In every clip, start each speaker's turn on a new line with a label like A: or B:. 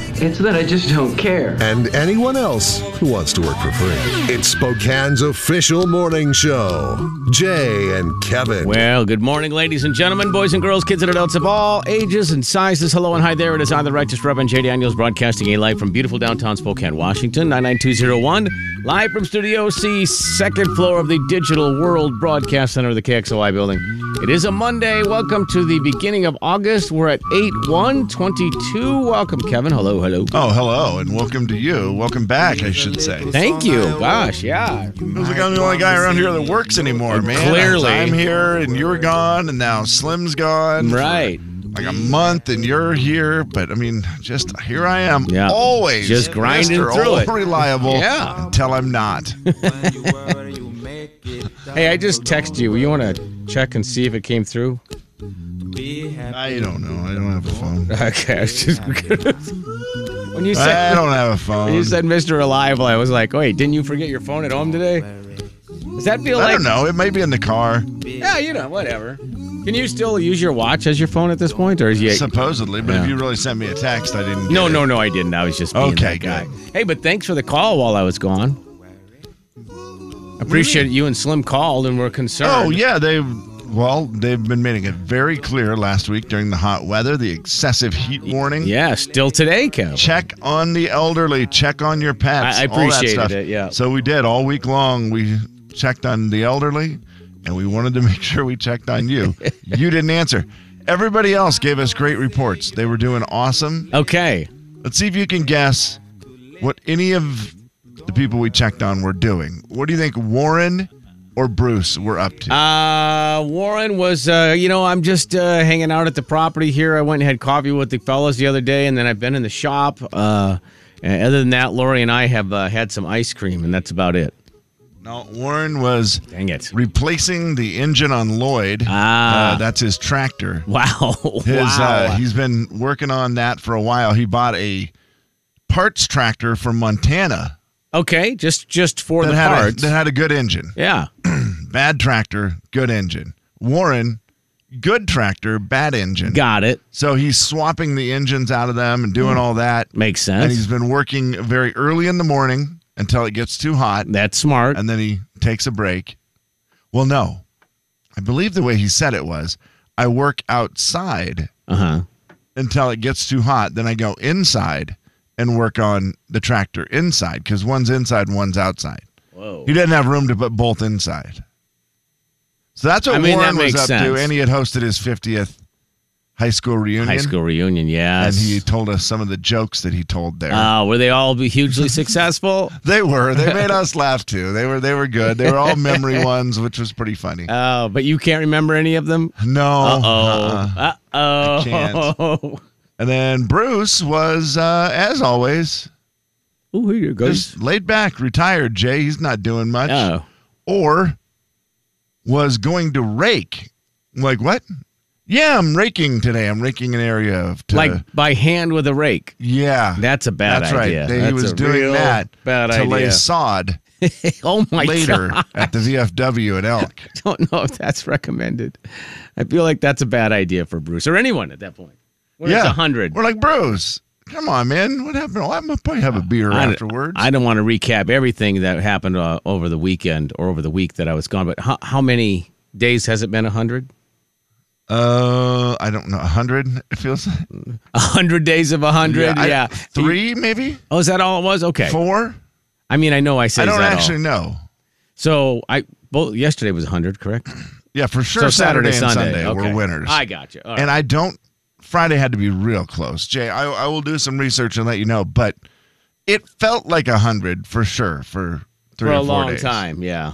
A: It's that I just don't care.
B: and anyone else who wants to work for free. It's Spokane's official morning show. Jay and Kevin.
C: Well, good morning, ladies and gentlemen, boys and girls, kids and adults of all ages and sizes. Hello and hi there. It is I, the Righteous Reverend J. Daniels, broadcasting a live from beautiful downtown Spokane, Washington, 99201. Live from Studio C, second floor of the Digital World Broadcast Center of the KXLI building. It is a Monday. Welcome to the beginning of August. We're at 8122. Welcome, Kevin. Hello, hello.
D: Oh, hello, and welcome to you. Welcome back, I should say.
C: Thank you. Gosh, yeah.
D: Feels like I'm the only guy around here that works anymore, man.
C: Clearly.
D: I'm here, and you're gone, and now Slim's gone. for
C: Right.
D: Like a month, and you're here. But I mean, just here I am,
C: Yeah.
D: always
C: Just grinding
D: Mr.
C: through
D: all
C: it.
D: reliable.
C: Yeah.
D: Until I'm not.
C: Hey, I just texted you. You want to check and see if it came through?
D: I don't know. I don't have a phone.
C: Okay, I was just when you
D: I
C: said
D: don't have a phone.
C: when you said Mr. Reliable, I was like, wait, didn't you forget your phone at home today? Does that feel
D: I
C: like
D: don't know. It might be in the car,
C: yeah, you know, whatever? Can you still use your watch as your phone at this point, or is you?
D: supposedly. But
C: Yeah.
D: if you really sent me a text, I didn't.
C: No,
D: get it.
C: no, no, I didn't. I was just being
D: Okay,
C: that guy. Hey, but thanks for the call while I was gone. I Appreciate you and Slim called and were concerned.
D: Oh yeah, they've well, they've been making it very clear last week during the hot weather, the excessive heat warning.
C: yeah, still today, Kev.
D: Check on the elderly. Check on your pets.
C: I- I
D: all that
C: appreciated
D: stuff.
C: it, yeah.
D: So we did all week long. We checked on the elderly, and we wanted to make sure we checked on you. you didn't answer. Everybody else gave us great reports. They were doing awesome.
C: Okay.
D: Let's see if you can guess what any of the people we checked on were doing. What do you think Warren or Bruce were up to?
C: Uh, Warren was, uh, you know, I'm just uh, hanging out at the property here. I went and had coffee with the fellas the other day, and then I've been in the shop. Uh, and other than that, Lori and I have uh, had some ice cream, and that's about it.
D: no, Warren was
C: Dang it!
D: replacing the engine on Lloyd.
C: Ah.
D: Uh, that's his tractor.
C: Wow!
D: His uh,
C: wow!
D: he's been working on that for a while. He bought a parts tractor from Montana
C: okay, just just for
D: that
C: the
D: had a,
C: parts.
D: that had a good engine.
C: yeah.
D: Bad tractor, good engine. Warren, good tractor, bad engine.
C: Got it.
D: so he's swapping the engines out of them and doing all that.
C: Makes
D: And
C: sense.
D: he's been working very early in the morning until it gets too hot.
C: That's smart.
D: and then he takes a break. Well, no, I believe the way he said it was I work outside
C: Uh huh.
D: until it gets too hot, then I go inside and work on the tractor inside because one's inside and one's outside.
C: Whoa.
D: He didn't have room to put both inside. So that's what
C: I mean, that
D: Warren was
C: makes
D: up
C: sense.
D: to, and he had hosted his 50th high school reunion.
C: High school reunion.
D: And
C: Yes.
D: he told us some of the jokes that he told there.
C: uh, were they all hugely successful?
D: they were. They made us laugh too. They were. They were good. They were all memory ones, which was pretty funny.
C: Uh, but you can't remember any of them.
D: No.
C: Uh-oh.
D: uh-uh. I
C: Uh
D: can't.
C: oh.
D: And then Bruce was, uh, as always,
C: Oh, here you go.
D: just laid back, retired. Jay, he's not doing much.
C: Oh.
D: Or was going to rake. I'm like, what? Yeah, I'm raking today. I'm raking an area of. To,
C: like by hand with a rake.
D: yeah.
C: That's a bad
D: That's
C: idea.
D: right. They-
C: That's
D: he was
C: a
D: doing
C: real
D: that
C: bad
D: to lay
C: idea.
D: sod
C: oh my
D: later
C: god!
D: at the VFW at Elk.
C: I don't know if that's recommended. I feel like that's a bad idea for Bruce or anyone at that point. When it's hundred,
D: We're like, Bruce, come on, man. What happened? Well, I'm going to probably have a beer
C: I,
D: afterwards.
C: I don't want to recap everything that happened uh, over the weekend or over the week that I was gone. But how, how many days has it been? hundred?
D: uh, I don't know. 100, it feels like.
C: hundred days of hundred? Yeah.
D: I- three, maybe
C: oh, is that all it was? Okay.
D: four.
C: I mean, I know I said
D: I
C: is
D: don't
C: that all?
D: actually know.
C: So I well, yesterday was hundred, correct?
D: Yeah, for sure. Saturday, and Sunday,
C: Okay.
D: were winners,
C: I got you. All right.
D: and I don't. Friday had to be real close. Jay, I, I will do some research and let you know, but it felt like a hundred for sure for three
C: for
D: or
C: a
D: four
C: long
D: days.
C: time. Yeah.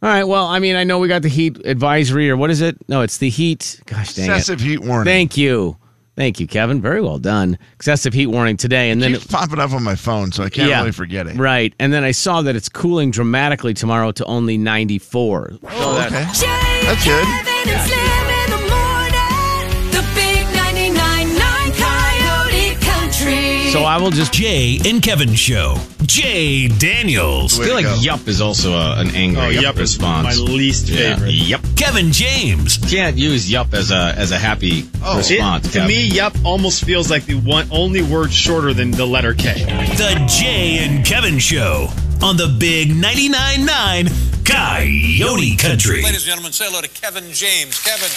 C: All right. Well, I mean, I know we got the heat advisory, or what is it? No, it's the heat. Gosh dang it!
D: Excessive heat warning.
C: Thank you, thank you, Kevin. Very well done. Excessive heat warning today, and then
D: Keeps popping up on my phone, so I can't really forget it.
C: Right, and then I saw that it's cooling dramatically tomorrow to only 94.
D: Oh, okay.
E: Jay,
D: That's good.
E: Kevin, and Slim in the morning. The big 99.9 Coyote Country.
C: So I will just
F: Jay and Kevin Show. Jay Daniels.
D: Way to go.
G: yup is also a, an angry
F: Oh, yup is
G: response.
F: my least
G: Yeah,
F: favorite.
G: Yup.
F: Kevin James.
G: Can't use yup as a as a happy
D: Oh.
G: response.
H: to
G: Kev.
H: me, yep, almost feels like the one only word shorter than the letter K.
F: The Jay and Kevin Show on the Big 99.9 9 Coyote Country.
H: and gentlemen, say hello to Kevin James. Kevin.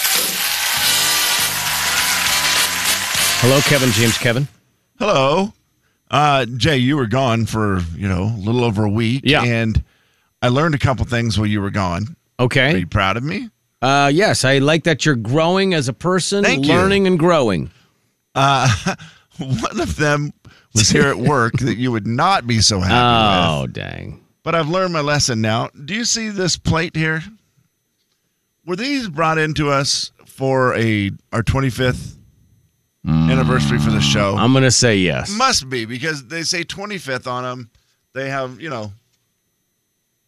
C: hello, Kevin James, Kevin.
D: Hello. Uh, Jay, you were gone for, you know, a little over a week.
C: Yeah.
D: And I learned a couple things while you were gone. Are
C: Okay.
D: you proud of me?
C: Uh, yes, I like that you're growing as a person,
D: Thank you.
C: learning and growing.
D: One of them was here at work that you would not be so happy with.
C: Oh, dang.
D: But I've learned my lesson now. Do you see this plate here? Were these brought into us for a our 25th anniversary for the show?
C: I'm gonna say yes.
D: Must be because they say 25th on them. They have, you know,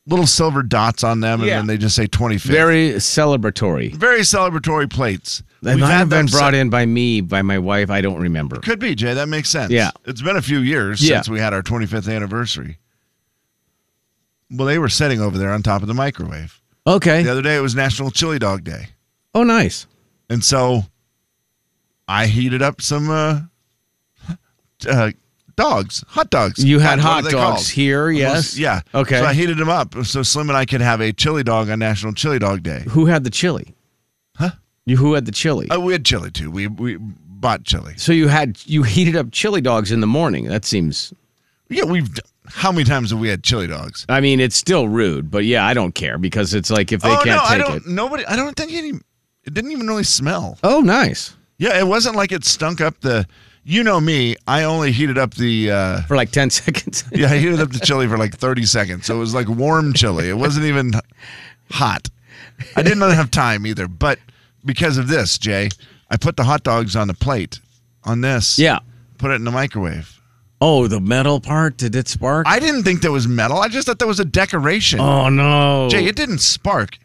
D: little silver dots on them, and
C: Yeah.
D: then they just say 25th.
C: Very celebratory.
D: Very celebratory plates.
C: They
D: We've
C: might
D: had
C: have been
D: them
C: brought
D: se-
C: in by me, by my wife. I don't remember.
D: Could be, Jay. That makes sense.
C: Yeah.
D: It's been a few years
C: Yeah.
D: since we had our 25th anniversary. Well, they were sitting over there on top of the microwave.
C: Okay.
D: The other day, it was National Chili Dog Day.
C: Oh, nice.
D: And so I heated up some uh, uh, dogs, hot dogs.
C: You
D: God,
C: had
D: what
C: hot
D: are they
C: dogs
D: called?
C: here, yes.
D: Yeah.
C: Okay.
D: So I heated them up so Slim and I could have a chili dog on National Chili Dog Day.
C: Who had the chili?
D: Huh?
C: You who had the chili?
D: Uh, we had chili too. We we bought chili.
C: so you had you heated up chili dogs in the morning. That seems.
D: Yeah, we've. d- How many times have we had chili dogs?
C: I mean, it's still rude, but yeah, I don't care because it's like if they
D: oh
C: can't
D: no,
C: take
D: I don't.
C: it.
D: Nobody. I don't think any. It didn't even really smell.
C: Oh, nice.
D: Yeah, it wasn't like it stunk up the. You know me. I only heated up the. uh
C: For like ten seconds.
D: Yeah, I heated up the chili for like 30 seconds. So it was like warm chili. It wasn't even hot. I didn't have time either. But because of this, Jay, I put the hot dogs on the plate on this.
C: yeah.
D: Put it in the microwave.
C: Oh, the metal part did it spark?
D: I didn't think that was metal. I just thought that was a decoration.
C: oh no.
D: Jay, it didn't spark.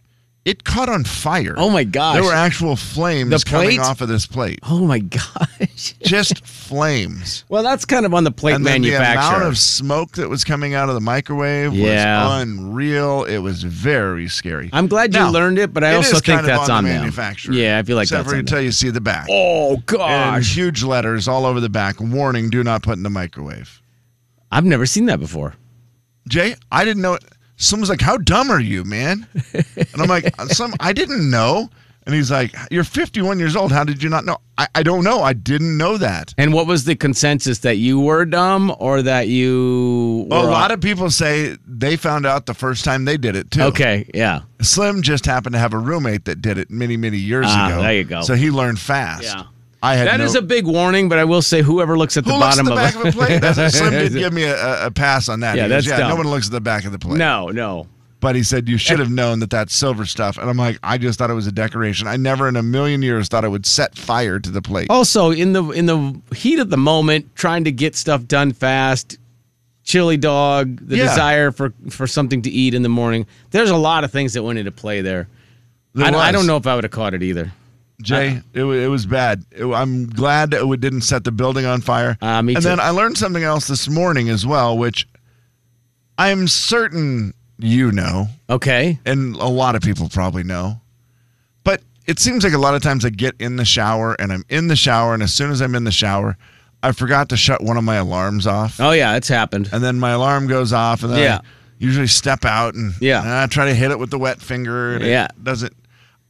D: It caught on fire.
C: Oh my gosh.
D: There were actual flames
C: The
D: coming
C: plate?
D: off of this plate.
C: oh my gosh.
D: Just flames.
C: Well, that's kind of on the plate
D: and then the amount
C: manufacturer.
D: of smoke that was coming out of the microwave
C: Yeah.
D: was unreal. It was very scary.
C: I'm glad you
D: Now,
C: learned it, but I
D: it
C: also
D: is kind
C: think
D: of
C: that's
D: on
C: on
D: the
C: them.
D: manufacturer.
C: Yeah, I feel like
D: Except
C: that's
D: for
C: on
D: until
C: them.
D: you see the back.
C: Oh
D: and
C: gosh,
D: huge letters all over the back warning: Do not put in the microwave.
C: I've never seen that before.
D: Jay, I didn't know. It. Someone's like, "How dumb are you, man?" And I'm like, "Some, I didn't know." And he's like, "You're 51 years old. How did you not know?" I, I don't know. I didn't know that.
C: And what was the consensus that you were dumb or that you?
D: A
C: were-
D: lot of people say they found out the first time they did it too.
C: Okay, yeah,
D: Slim just happened to have a roommate that did it many, many years
C: Ah,
D: ago.
C: there you go.
D: So he learned fast.
C: Yeah.
D: I had
C: that
D: no-
C: is a big warning. But I will say, whoever looks at
D: Who
C: the
D: looks at
C: bottom
D: the back
C: of,
D: of a plate? That's- Slim did give me a, a- a pass on that.
C: Yeah,
D: He goes,
C: that's
D: yeah. No
C: dumb.
D: one looks at the back of the plate.
C: no, no,
D: But he said you should have known that that's silver stuff. And I'm like, I just thought it was a decoration. I never in a million years thought it would set fire to the plate.
C: Also, in the in the heat of the moment, trying to get stuff done fast, chili dog, the
D: Yeah.
C: desire for for something to eat in the morning. There's a lot of things that went into play there.
D: There
C: I, don't- I
D: was.
C: don't know if I would have caught it either.
D: Jay, it, wa- it was bad. It- I'm glad that it didn't set the building on fire.
C: Ah, me
D: and
C: too.
D: then I learned something else this morning as well, which I'm certain you know.
C: Okay.
D: and a lot of people probably know. But it seems like a lot of times I get in the shower and I'm in the shower, and as soon as I'm in the shower, I forgot to shut one of my alarms off,
C: Oh yeah, it's happened.
D: and then my alarm goes off, and then
C: Yeah.
D: I usually step out and
C: Yeah.
D: and I try to hit it with the wet finger, and
C: Yeah.
D: it doesn't.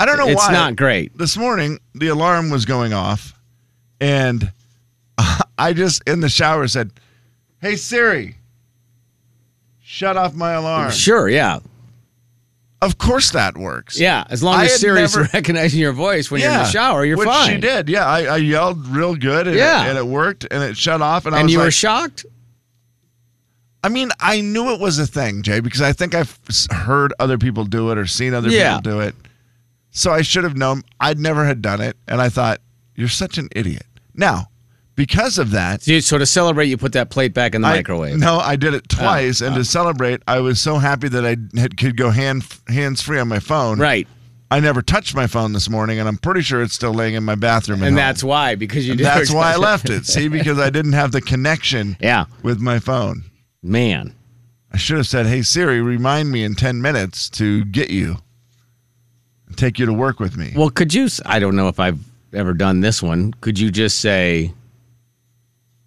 D: I don't know
C: It's
D: why.
C: not great.
D: This morning the alarm was going off, and I just in the shower said, "Hey Siri, shut off my alarm."
C: Sure. Yeah.
D: Of course that works.
C: Yeah. As long
D: I
C: as
D: had
C: Siri's
D: never-
C: recognizing your voice when you're in the shower, you're
D: which
C: fine.
D: she did. Yeah, I, I yelled real good, and,
C: Yeah.
D: it, and it worked, and it shut off, and, I
C: And
D: was
C: you were
D: like,
C: shocked.
D: I mean, I knew it was a thing, Jay, because I think I've s- heard other people do it or seen other
C: Yeah.
D: people do it. So I should have known. I'd never had done it, and I thought you're such an idiot. Now, because of that,
C: So, you- so to celebrate, you put that plate back in the
D: I-
C: microwave. Oh,
D: No, I did it twice, and to celebrate, I was so happy that I had, could go hand hands free on my phone.
C: Right.
D: I never touched my phone this morning, and I'm pretty sure it's still laying in my bathroom. at
C: and
D: home.
C: that's why because you.
D: And
C: never
D: that's why I
C: touched
D: left it. See, because I didn't have the connection.
C: Yeah.
D: With my phone.
C: Man.
D: I should have said, "Hey Siri, remind me in ten minutes to get you, and take you to work with me."
C: Well, could you? s- I don't know if I've ever done this one. Could you just say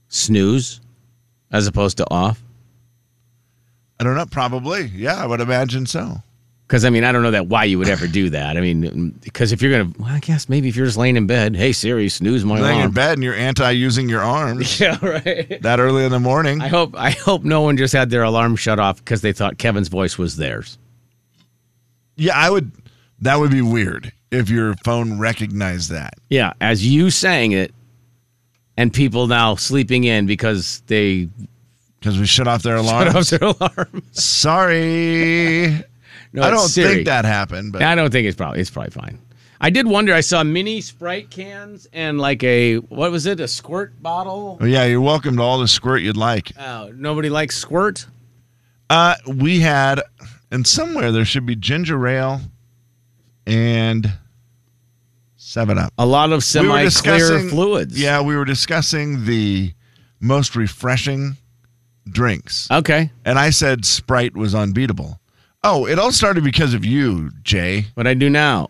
C: snooze as opposed to off?
D: I don't know. Probably. Yeah, I would imagine so.
C: Because I mean, I don't know that why you would ever do that. I mean, because if you're gonna, well, I guess maybe if you're just laying in bed, hey Siri, snooze my
D: Laying in
C: alarm.
D: bed and you're anti-using your arms
C: Yeah, right.
D: that early in the morning.
C: I hope I hope no one just had their alarm shut off because they thought Kevin's voice was theirs.
D: Yeah, I would. That would be weird if your phone recognized that.
C: Yeah, as you sang it, and people now sleeping in because they
D: Because we shut off their alarm.
C: shut off their alarm.
D: Sorry.
C: No,
D: I
C: it's
D: don't
C: Siri.
D: think that happened, but
C: I don't think it's probably it's probably fine. I did wonder. I saw mini Sprite cans and like a what was it? A squirt bottle?
D: Well, Oh, yeah, you're welcome to all the squirt you'd like.
C: Oh, nobody likes squirt.
D: Uh, we had, and somewhere there should be ginger ale and Seven Up.
C: A lot of
D: We were
C: semi-clear
D: discussing-
C: fluids.
D: Yeah, we were discussing the most refreshing drinks.
C: Okay,
D: And I said Sprite was unbeatable. Oh, it all started because of you, Jay.
C: what I do now?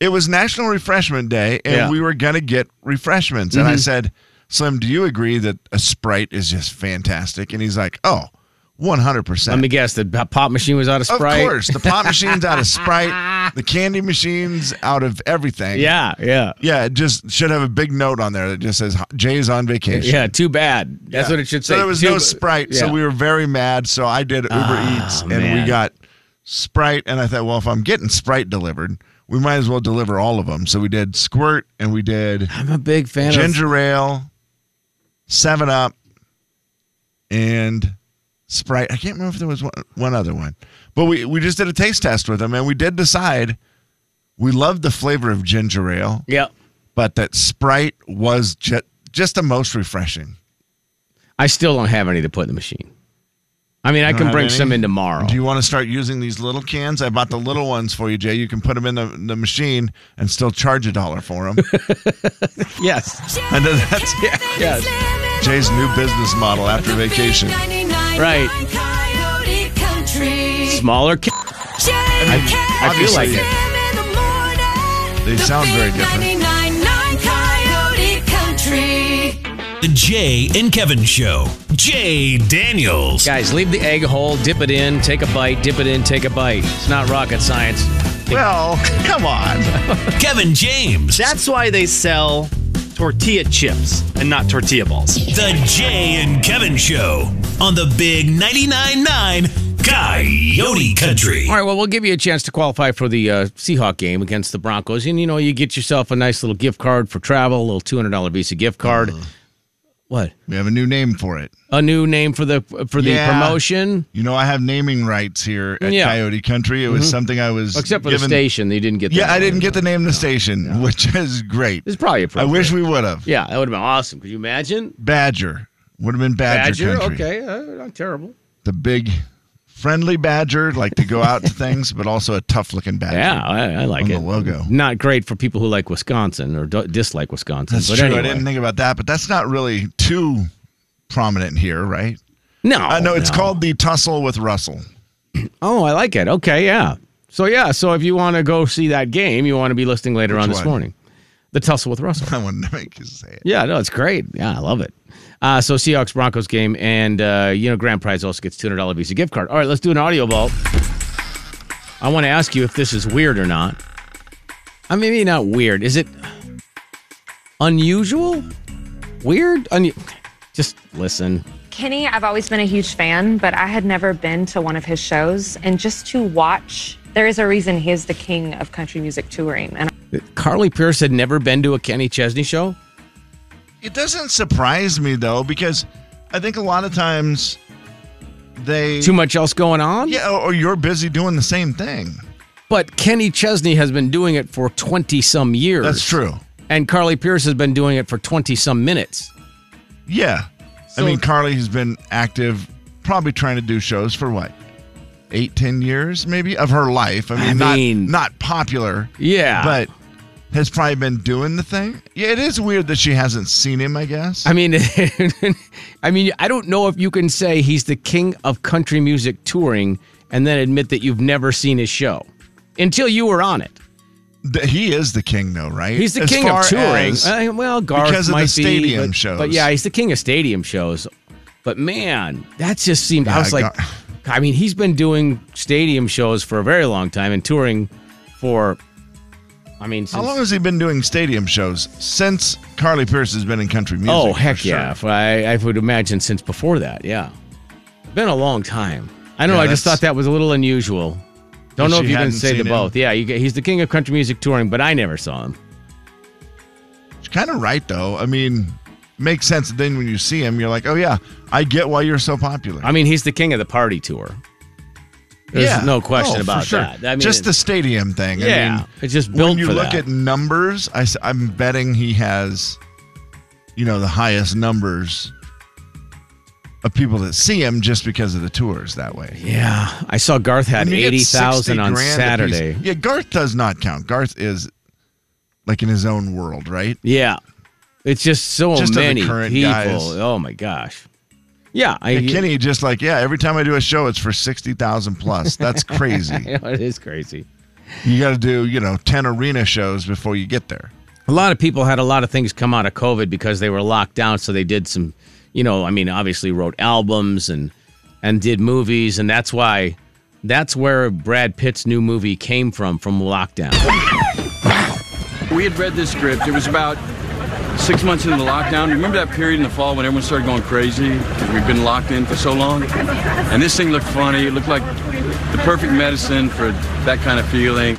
D: It was National Refreshment Day, and
C: Yeah. Mm-hmm.
D: we were going to get refreshments. And I said, Slim, do you agree that a Sprite is just fantastic? And he's like, oh, 100%.
C: Let me guess. The pop machine was out of
D: of
C: Sprite.
D: course. The pop machine's out of Sprite, the candy machine's out of everything.
C: Yeah, yeah,
D: Yeah, it just should have a big note on there that just says, Jay's on vacation.
C: yeah. Too bad. That's
D: Yeah.
C: what it should say.
D: So there was
C: Too
D: no
C: ba-
D: Sprite, so
C: Yeah.
D: we were very mad. So I did Uber
C: Ah,
D: Eats, and
C: man.
D: we got Sprite. And I thought, well, if I'm getting Sprite delivered, we might as well deliver all of them. So we did Squirt, and we did
C: I'm a big fan of
D: ginger ale, Seven Up, and Sprite. I can't remember if there was one, one other one, but we we just did a taste test with them, and we did decide we loved the flavor of ginger ale,
C: Yeah,
D: but that Sprite was just just the most refreshing.
C: I still don't have any to put in the machine. I mean, I
D: don't
C: can
D: have
C: bring
D: any?
C: some in tomorrow.
D: Do you want to start using these little cans? I bought the little ones for you, Jay. You can put them in the, the machine and still charge a dollar for them.
C: yes.
D: and then that's
C: Yes.
D: Jay's new business model after vacation.
C: Right. Smaller. Ca- I
E: I
C: feel like it.
D: They sound very different.
E: Coyote Country.
F: The Jay and Kevin Show. Jay Daniels.
C: Guys, leave the egg hole, dip it in, take a bite, dip it in, take a bite. It's not rocket science.
D: Well, come on.
F: Kevin James.
H: That's why they sell tortilla chips and not tortilla balls.
F: The Jay and Kevin Show on the Big 99.9 9 Coyote Country.
C: All right, well, we'll give you a chance to qualify for the uh, Seahawk game against the Broncos. And, you know, you get yourself a nice little gift card for travel, a little $200 Visa gift card.
D: Uh-huh.
C: What?
D: We have a new name for it.
C: A new name for the for the
D: Yeah.
C: promotion?
D: You know, I have naming rights here at
C: Yeah. Mm-hmm.
D: Coyote Country. It was something I was
C: Except for the
D: given-
C: station, they didn't get that
D: Yeah, I
C: one.
D: didn't get the name of the station, which is great.
C: It's probably
D: I
C: appropriate.
D: wish we would have.
C: Yeah, that would have been awesome. Could you imagine?
D: Badger would have been Badger, Country.
C: Okay, uh, not terrible.
D: The big, friendly Badger, like to go out to things, but also a tough looking Badger.
C: Yeah, I, I like
D: On
C: it.
D: the logo.
C: Not great for people who like Wisconsin or do- dislike Wisconsin.
D: That's
C: but
D: true.
C: Anyway.
D: I didn't think about that, but that's not really too prominent here, right?
C: Oh, No,
D: I know it's called the tussle with Russell.
C: Oh, I like it. Okay, yeah. So yeah, so if you want to go see that game, you want to be listening later
D: Which
C: on this
D: one?
C: morning. The tussle with Russell.
D: I wanted to make you say it.
C: yeah, no, it's great. Yeah, I love it. Uh, so Seahawks Broncos game, and uh, you know, grand prize also gets two hundred dollar Visa gift card. All right, let's do an audio vault. I want to ask you if this is weird or not. I mean, maybe not weird. Is it unusual? Weird? Un- Just listen.
I: Kenny, I've always been a huge fan, but I had never been to one of his shows. And just to watch, there is a reason he is the king of country music touring. And
C: Carly Pierce had never been to a Kenny Chesney show.
D: It doesn't surprise me though, because I think a lot of times they
C: too much else going on.
D: Yeah, or- or you're busy doing the same thing.
C: But Kenny Chesney has been doing it for 20 some years.
D: That's true.
C: And Carly Pierce has been doing it for 20 some minutes.
D: Yeah. I mean, Carly has been active, probably trying to do shows for what? Eight, ten years maybe of her life. I mean, not, not popular.
C: Yeah.
D: But has probably been doing the thing. Yeah, it is weird that she hasn't seen him, I guess.
C: I mean, I mean, I don't know if you can say he's the king of country music touring and then admit that you've never seen his show until you were on it.
D: Th- He is the king, though, right?
C: He's the
D: As
C: king of
D: far
C: touring.
D: as-
C: Uh, well, Garth
D: because of
C: might
D: the
C: be,
D: stadium
C: but,
D: shows.
C: But yeah, he's the king of stadium shows. But man, that just seemed. I
D: Yeah,
C: was like,
D: Gar-
C: I mean, he's been doing stadium shows for a very long time and touring for. I mean,
D: How
C: since-
D: long has he been doing stadium shows since Carly Pierce has been in country music?
C: Oh
D: for
C: heck
D: sure.
C: yeah! If I, I would imagine since before that, yeah, been a long time. I know.
D: Yeah,
C: I just
D: that's-
C: thought that was a little unusual. Don't
D: That
C: know
D: she
C: if you can
D: hadn't
C: say
D: seen
C: the
D: him.
C: both. Yeah, you, get- he's the king of country music touring, but I never saw him.
D: She's kind of right though. I mean, makes sense. Then when you see him, you're like, oh yeah, I get why you're so popular.
C: I mean, he's the king of the party tour. There's
D: yeah.
C: no question
D: Oh, for
C: about
D: sure.
C: that. I mean,
D: just the stadium thing. I
C: Yeah,
D: mean,
C: it's just built
D: When you
C: for
D: look
C: that.
D: at numbers, I, am betting he has, you know, the highest numbers of people that see him just because of the tours that way.
C: yeah, I saw Garth had
D: I mean, you get
C: eighty thousand
D: 60
C: on
D: grand a piece.
C: Saturday.
D: Yeah, Garth does not count. Garth is like in his own world, right?
C: Yeah, it's just so
D: Just of the
C: many
D: current
C: people.
D: guys.
C: Oh my gosh. Yeah, I
D: And Kenny just like, yeah, every time I do a show, it's for 60,000 plus. That's crazy.
C: it is crazy.
D: you got to do, you know, 10 arena shows before you get there.
C: a lot of people had a lot of things come out of COVID because they were locked down. So they did some, you know, I mean, obviously wrote albums and and did movies, and that's why that's where Brad Pitt's new movie came from from lockdown.
J: We had read this script. It was about six months into the lockdown. Remember that period in the fall when everyone started going crazy? We've been locked in for so long. And this thing looked funny. It looked like the perfect medicine for that kind of feeling.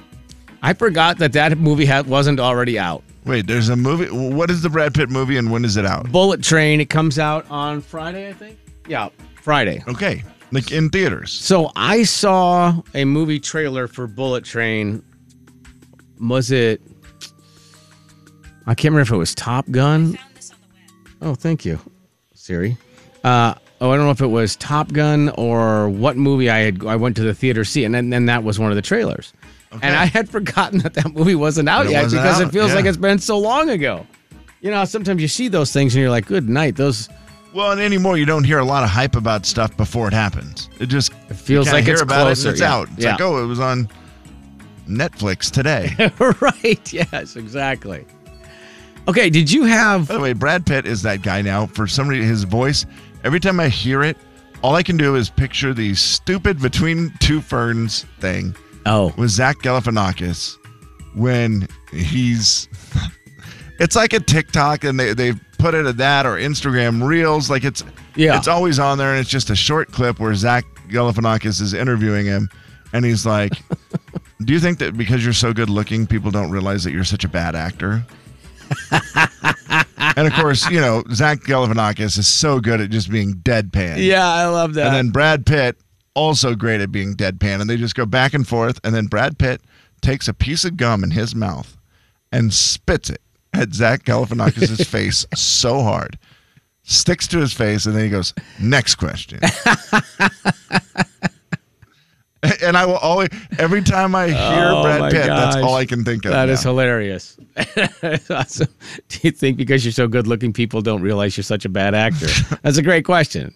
C: I forgot that that movie had, wasn't already out.
D: Wait, there's a movie. What is the Brad Pitt movie and when is it out?
C: Bullet Train. It comes out on Friday, I think. Yeah, Friday.
D: Okay, like in theaters.
C: So I saw a movie trailer for Bullet Train. Was it? I can't remember if it was Top Gun. Oh, thank you, Siri. Uh, oh, I don't know if it was Top Gun or what movie I had. I went to the theater to see, and then, then that was one of the trailers. And I had forgotten that that movie wasn't out
D: It
C: yet
D: wasn't
C: because
D: out,
C: it feels
D: yeah.
C: like it's been so long ago. You know, sometimes you see those things and you're like, "Good night." Those
D: Well, and anymore, you don't hear a lot of hype about stuff before it happens. It just it
C: feels like
D: hear
C: it's
D: about it
C: closer,
D: and it's
C: yeah.
D: out. It's
C: Yeah.
D: like, oh, it was on Netflix today.
C: right? Yes, exactly. Okay, did you have?
D: By the way, Brad Pitt is that guy now. For some reason, his voice. Every time I hear it, all I can do is picture the stupid between two ferns thing.
C: Oh,
D: with Zach Galifianakis when he's. It's like a TikTok, and they they put it at that or Instagram Reels. Like it's
C: Yeah.
D: it's always on there, and it's just a short clip where Zach Galifianakis is interviewing him, and he's like, "Do you think that because you're so good looking, people don't realize that you're such a bad actor?" and of course, you know Zach Galifianakis is so good at just being deadpan.
C: Yeah, I love that.
D: And then Brad Pitt, also great at being deadpan. And they just go back and forth. And then Brad Pitt takes a piece of gum in his mouth and spits it at Zach Galifianakis' face so hard, sticks to his face, and then he goes, Next question. and I will always, every time I hear
C: Oh, my
D: Brad Pitt, that's
C: gosh.
D: all I can think of.
C: That is
D: now.
C: hilarious. That's awesome. Do you think because you're so good looking, people don't realize you're such a bad actor? That's a great question.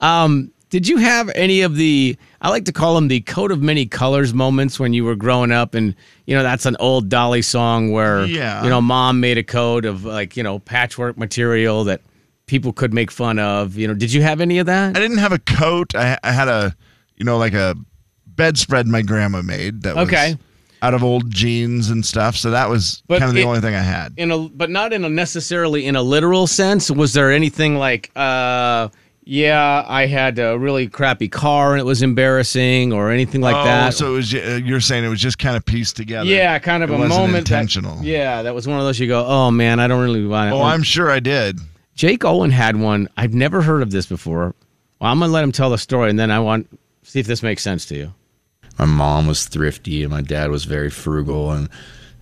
C: Um, did you have any of the, I like to call them the coat of many colors moments when you were growing up? And, you know, that's an old Dolly song where,
D: Yeah.
C: you know, mom made a coat of like, you know, patchwork material that people could make fun of. You know, did you have any of that?
D: I didn't have a coat. I, I had a, you know, like a bedspread my grandma made that
C: Okay.
D: was out of old jeans and stuff. So that was
C: But
D: kind of the
C: it-
D: only thing I had.
C: in a but not in a necessarily in a literal sense was there anything like uh yeah i had a really crappy car and it was embarrassing or anything like
D: Oh,
C: that
D: So it was. ju- uh, You're saying it was just kind of pieced together.
C: yeah kind of
D: It
C: a
D: wasn't
C: moment that-
D: intentional.
C: yeah that was one of those you go oh man i don't really want it
D: Oh, I'm sure I did.
C: jake owen had one i've never heard of this before Well, I'm gonna let him tell the story, and then I want see if this makes sense to you.
K: my mom was thrifty and my dad was very frugal and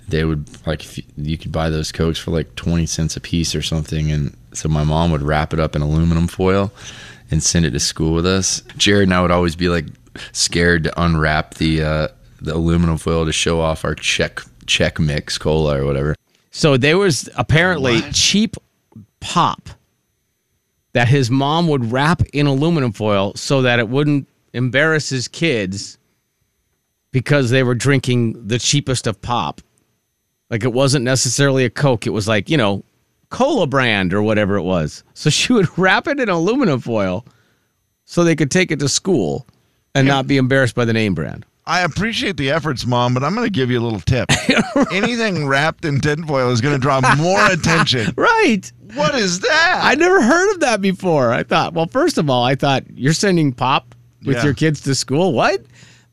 K: they would like if you, you could buy those cokes for like 20 cents a piece or something and so my mom would wrap it up in aluminum foil and send it to school with us jared and i would always be like scared to unwrap the uh the aluminum foil to show off our check check mix cola or whatever
C: so there was apparently cheap pop that his mom would wrap in aluminum foil so that it wouldn't embarrass his kids because they were drinking the cheapest of pop. Like it wasn't necessarily a Coke, it was like, you know, cola brand or whatever it was. So she would wrap it in aluminum foil so they could take it to school and not be embarrassed by the name brand.
D: I appreciate the efforts, Mom, but I'm going to give you a little tip. Anything wrapped in tinfoil is going to draw more attention.
C: Right.
D: What is that?
C: I never heard of that before. I thought, well, first of all, I thought you're sending pop with
D: Yeah.
C: your kids to school. What?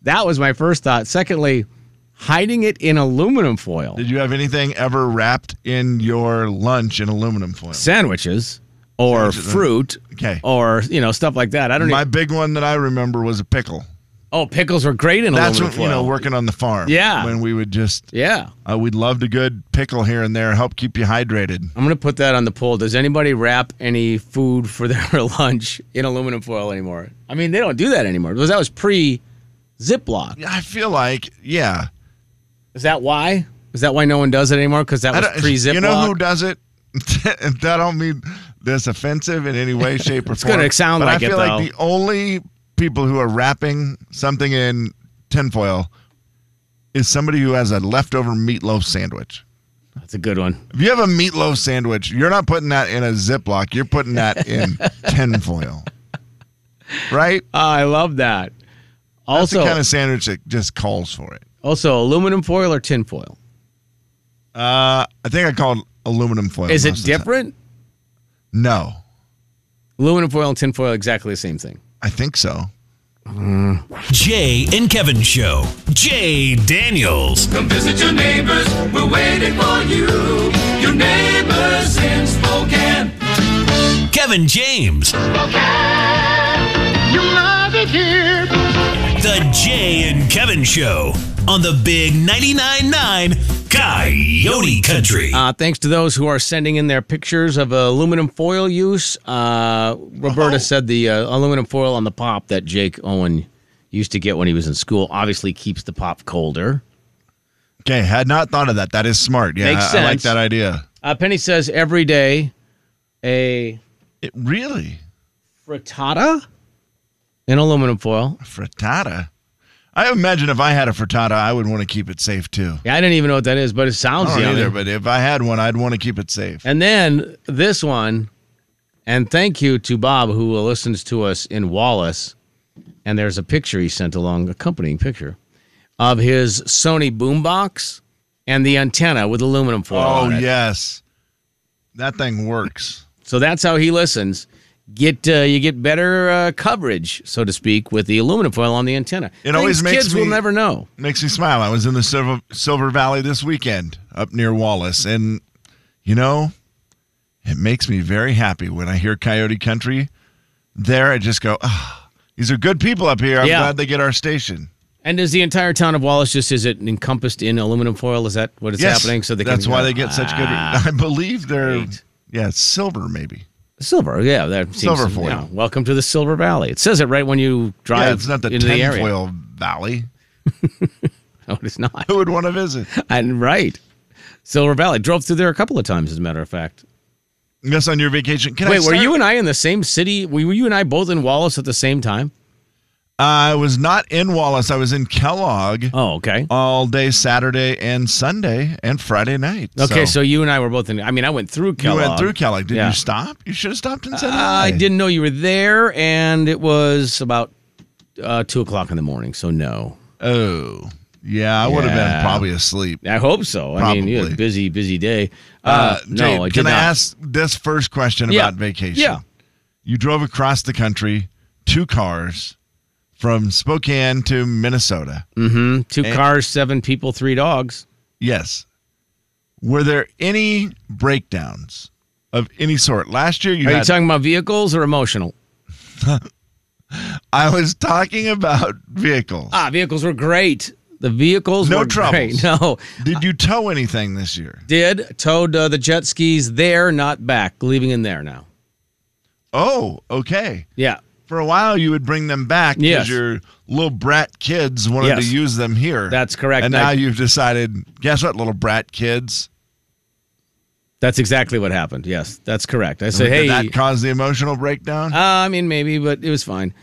C: That was my first thought. Secondly, hiding it in aluminum foil.
D: Did you have anything ever wrapped in your lunch in aluminum foil?
C: Sandwiches or
D: Sandwiches, huh?
C: fruit or, you know, stuff like that. I don't
D: My
C: know.
D: big one that I remember was a pickle.
C: Oh, pickles were great in
D: That's
C: aluminum
D: what,
C: foil.
D: you know, working on the farm.
C: Yeah.
D: When we would just,
C: yeah.
D: uh, we'd loved a good pickle here and there, help keep you hydrated.
C: I'm going to put that on the poll. Does anybody wrap any food for their lunch in aluminum foil anymore? I mean, they don't do that anymore because that was pre Ziploc.
D: I feel like, yeah.
C: Is that why? Is that why no one does it anymore? Because that
D: I
C: was
D: don't-
C: pre Ziploc.
D: You know who does it? that don't mean this offensive in any way, shape, or
C: It's
D: form.
C: gonna sound
D: but
C: like
D: I
C: it,
D: feel
C: though.
D: like the only people who are wrapping something in tinfoil is somebody who has a leftover meatloaf sandwich.
C: That's a good one.
D: If you have a meatloaf sandwich, you're not putting that in a Ziploc. You're putting that in tinfoil. Right?
C: I love that.
D: That's the
C: Also-
D: kind of sandwich that just calls for it.
C: Also, aluminum foil or tin foil?
D: Uh, I think I called aluminum foil.
C: Is it
D: Oh, most of the time.
C: different?
D: No,
C: Aluminum foil and tin foil exactly the same thing.
D: I think so.
F: Jay and Kevin Show. Jay Daniels.
E: Come visit your neighbors. We're waiting for you. Your neighbors in Spokane.
F: Kevin James.
E: You love it here.
F: The Jay and Kevin Show on the Big 99.9 9 Coyote Country.
C: Uh, thanks to those who are sending in their pictures of aluminum foil use. Uh,
D: Oh.
C: Roberta said the uh, aluminum foil on the pop that Jake Owen used to get when he was in school obviously keeps the pop colder.
D: Okay, had not thought of that. That is smart. Yeah,
C: Makes
D: I- I like
C: sense.
D: that idea.
C: Uh, Penny says every day a
D: It really
C: frittata in aluminum foil.
D: frittata. I imagine if I had a frittata, I would want to keep it safe too.
C: Yeah, I didn't even know what that is, but it sounds
D: I don't
C: yummy.
D: either, but if I had one, I'd want to keep it safe.
C: And then this one, and thank you to Bob who listens to us in Wallace. And there's a picture he sent along, accompanying picture of his Sony boombox and the antenna with aluminum foil.
D: Oh
C: on it.
D: yes, that thing works.
C: So that's how he listens. Get uh, you get better uh, coverage, so to speak, with the aluminum foil on the antenna.
D: It always
C: Things
D: makes
C: kids
D: me-
C: will never know.
D: Makes me smile. I was in the Silver, Silver Valley this weekend up near Wallace, and you know, it makes me very happy when I hear Coyote Country. There, I just go, ah, these are good people up here. I'm
C: Yeah.
D: glad they get our station.
C: And is the entire town of Wallace just is it encompassed in aluminum foil? Is that what is
D: Yes,
C: happening? So they
D: that's
C: can,
D: why they get such good.
C: Ah.
D: I believe they're yeah silver maybe.
C: Silver, yeah, that seems,
D: Silver foil.
C: yeah. welcome to the Silver Valley. It says it right when you drive.
D: yeah, it's not the
C: into the area.
D: tinfoil valley.
C: No, it's not.
D: Who would want to visit?
C: And right, Silver Valley. Drove through there a couple of times, as a matter of fact.
D: Yes, on your vacation. Can I
C: Wait,
D: start?
C: were you and I in the same city? Were you and I both in Wallace at the same time?
D: I was not in Wallace. I was in Kellogg.
C: Oh, okay.
D: All day Saturday and Sunday and Friday night.
C: Okay, so, you and I were both in. I mean, I went
D: Oh,
C: through
D: you
C: Kellogg.
D: went through Kellogg. Did
C: Yeah.
D: you stop? You should have stopped and said hi.
C: I didn't know you were there, and it was about uh, two o'clock in the morning. So no.
D: Oh, yeah, I would have been
C: Yeah.
D: probably asleep.
C: I hope so. I mean, you had a
D: Probably.
C: busy, busy day. Uh,
D: Jay,
C: no, I did
D: can I
C: not.
D: ask this first question
C: Yeah.
D: about vacation?
C: Yeah.
D: You drove across the country, two cars, from Spokane to Minnesota.
C: Mm-hmm. Two
D: And-
C: cars, seven people, three dogs.
D: Yes. Were there any breakdowns of any sort? Last year you
C: Are
D: had
C: you talking about vehicles or emotional?
D: I was talking about vehicles.
C: Ah, vehicles were great. The vehicles
D: no
C: were
D: troubles.
C: great. No.
D: Did you tow anything this year?
C: Did towed uh, the jet skis there, not back, leaving in there now.
D: Oh, okay.
C: Yeah.
D: For a while, you would bring them back because
C: Yes.
D: your little brat kids wanted to
C: Yes.
D: use them here.
C: That's correct.
D: And
C: I-
D: now you've decided, guess what, little brat kids?
C: That's exactly what happened. Yes, that's correct. I said,
D: Did
C: hey,
D: that cause the emotional breakdown?
C: Uh, I mean, maybe, but it was fine.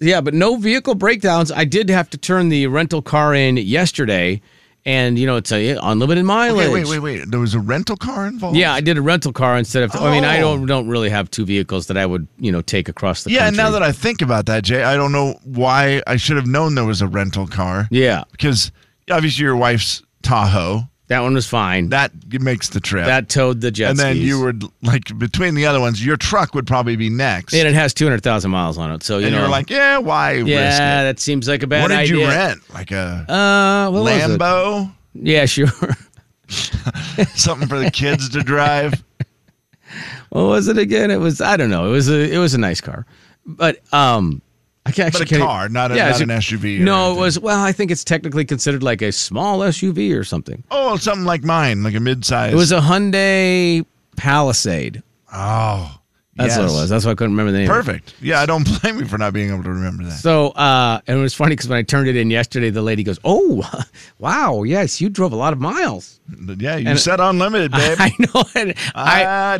C: Yeah, but no vehicle breakdowns. I did have to turn the rental car in yesterday, and you know it's a unlimited mileage.
D: Okay, wait, wait, wait. There was a rental car involved?
C: Yeah, I did a rental car instead of. I mean, I
D: Oh.
C: don't don't really have two vehicles that I would you know take across the.
D: yeah, and
C: country.
D: now that I think about that, Jay, I don't know why I should have known there was a rental car.
C: Yeah.
D: Because obviously your wife's Tahoe.
C: That one was fine.
D: That makes the trip.
C: that towed the jet
D: and then
C: skis.
D: you were like between the other ones, your truck would probably be next.
C: and it has two hundred thousand miles on it, so you
D: and
C: know.
D: you're like, yeah, why risk
C: yeah,
D: it?
C: that seems like a bad
D: what did
C: idea.
D: you rent? Like a
C: Uh, what was it?
D: Lambo?
C: Yeah, sure.
D: Something for the kids to drive?
C: what was it again? It was I don't know. It was a it was a nice car, but um, I can't
D: But
C: actually
D: a
C: can't-
D: car, not a- not
C: Yeah, it's
D: an SUV or
C: No, it was well. I think it's technically considered like a small SUV or something.
D: Oh, something like mine, like a midsize.
C: It was a Hyundai Palisade.
D: Oh.
C: That's what
D: yes.
C: it was. That's why I couldn't remember the name. of it.
D: Perfect. Yeah, I don't blame you for not being able to remember that.
C: So, uh, and it was funny because when I turned it in yesterday, the lady goes, "Oh, wow, yes, you drove a lot of miles."
D: Yeah, you
C: And-
D: said unlimited, babe. Uh.
C: I know. And I,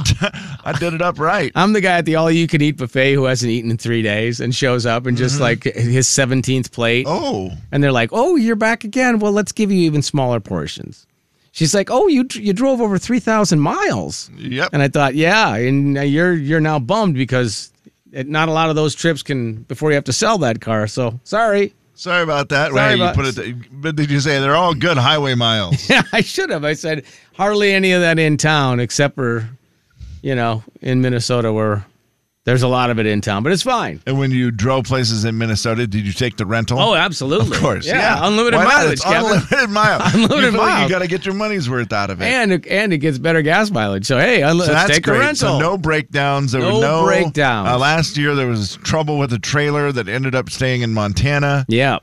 D: I, I did it up right.
C: I'm the guy at the all-you-can-eat buffet who hasn't eaten in three days and shows up and just like his 17th plate.
D: Mm-hmm. Oh,
C: and they're like, "Oh, you're back again. Well, let's give you even smaller portions." She's like, "Oh, you dr- you drove over 3,000 miles."
D: Yep.
C: And I thought, "Yeah, and you're you're now bummed because it, not a lot of those trips can before you have to sell that car. So sorry."
D: Sorry about that.
C: Sorry
D: Hey, you
C: about-
D: put it. but did you say they're all good highway miles?
C: Yeah, I should have. I said hardly any of that in town except for, you know, in Minnesota where there's a lot of it in town, but it's fine.
D: and when you drove places in Minnesota, did you take the rental?
C: Oh, absolutely.
D: Of course.
C: Yeah, unlimited
D: Why not?
C: mileage,
D: It's
C: Kevin.
D: Unlimited mile.
C: Unlimited
D: you feel like
C: mile.
D: you got to get your money's worth out of it.
C: And and it gets better gas mileage. So hey, unli-
D: so
C: let's
D: that's
C: take
D: great.
C: a rental.
D: So no breakdowns. There
C: No
D: were no
C: breakdowns.
D: Uh, last year there was trouble with a trailer that ended up staying in Montana.
C: Yeah.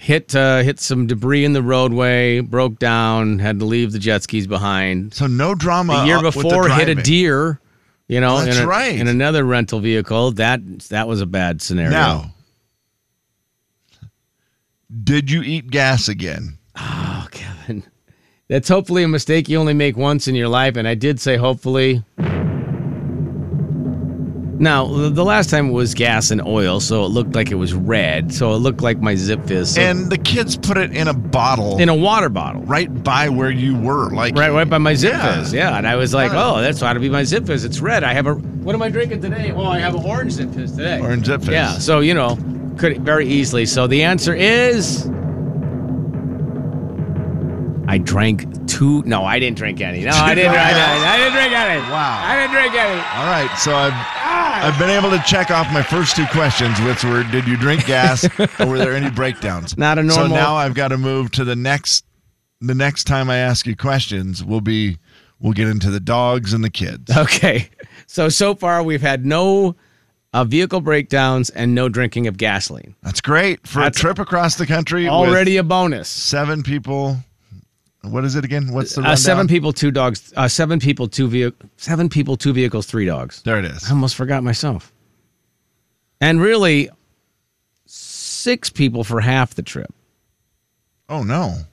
C: Hit uh, hit some debris in the roadway, broke down, had to leave the jet skis behind.
D: So no drama.
C: The year
D: uh, with the
C: before, hit a
D: driving.
C: deer. You know,
D: That's
C: in, a-
D: right.
C: in another rental vehicle. That that was a bad scenario.
D: Now, did you eat gas again?
C: Oh, Kevin, that's hopefully a mistake you only make once in your life. And I did say hopefully. Now, the the last time it was gas and oil, so it looked like it was red. So it looked like my zip fizz. So
D: and the kids put it in a bottle
C: in a water bottle.
D: right by where you were. Like
C: Right, right by my zip
D: Yeah.
C: fizz. Yeah, and I was like,
D: Wow.
C: oh, that's ought to be my zip fizz. It's red. I have a. What am I drinking today? Oh, I have an orange zip fizz today.
D: Orange zip fizz.
C: Yeah, so you know, could very easily. So the answer is, I drank two. No, I didn't drink any. No, I didn't. I, didn't- I didn't drink any.
D: Wow.
C: I didn't drink any.
D: All right, so I've I've been able to check off my first two questions, which were did you drink gas or were there any breakdowns?
C: Not a
D: So
C: normal-
D: now I've got to move to the next the next time I ask you questions will be we'll get into the dogs and the kids.
C: Okay, so so far we've had no uh, vehicle breakdowns and no drinking of gasoline.
D: That's great for
C: That's-
D: a trip across the country. with
C: Already a bonus.
D: seven people. What is it again? What's the
C: Uh,
D: rundown?
C: seven people, two dogs. Uh, seven people, two vehicle. Seven people, two vehicles, three dogs.
D: There it is.
C: I almost forgot myself. And really, six people for half the trip.
D: Oh no.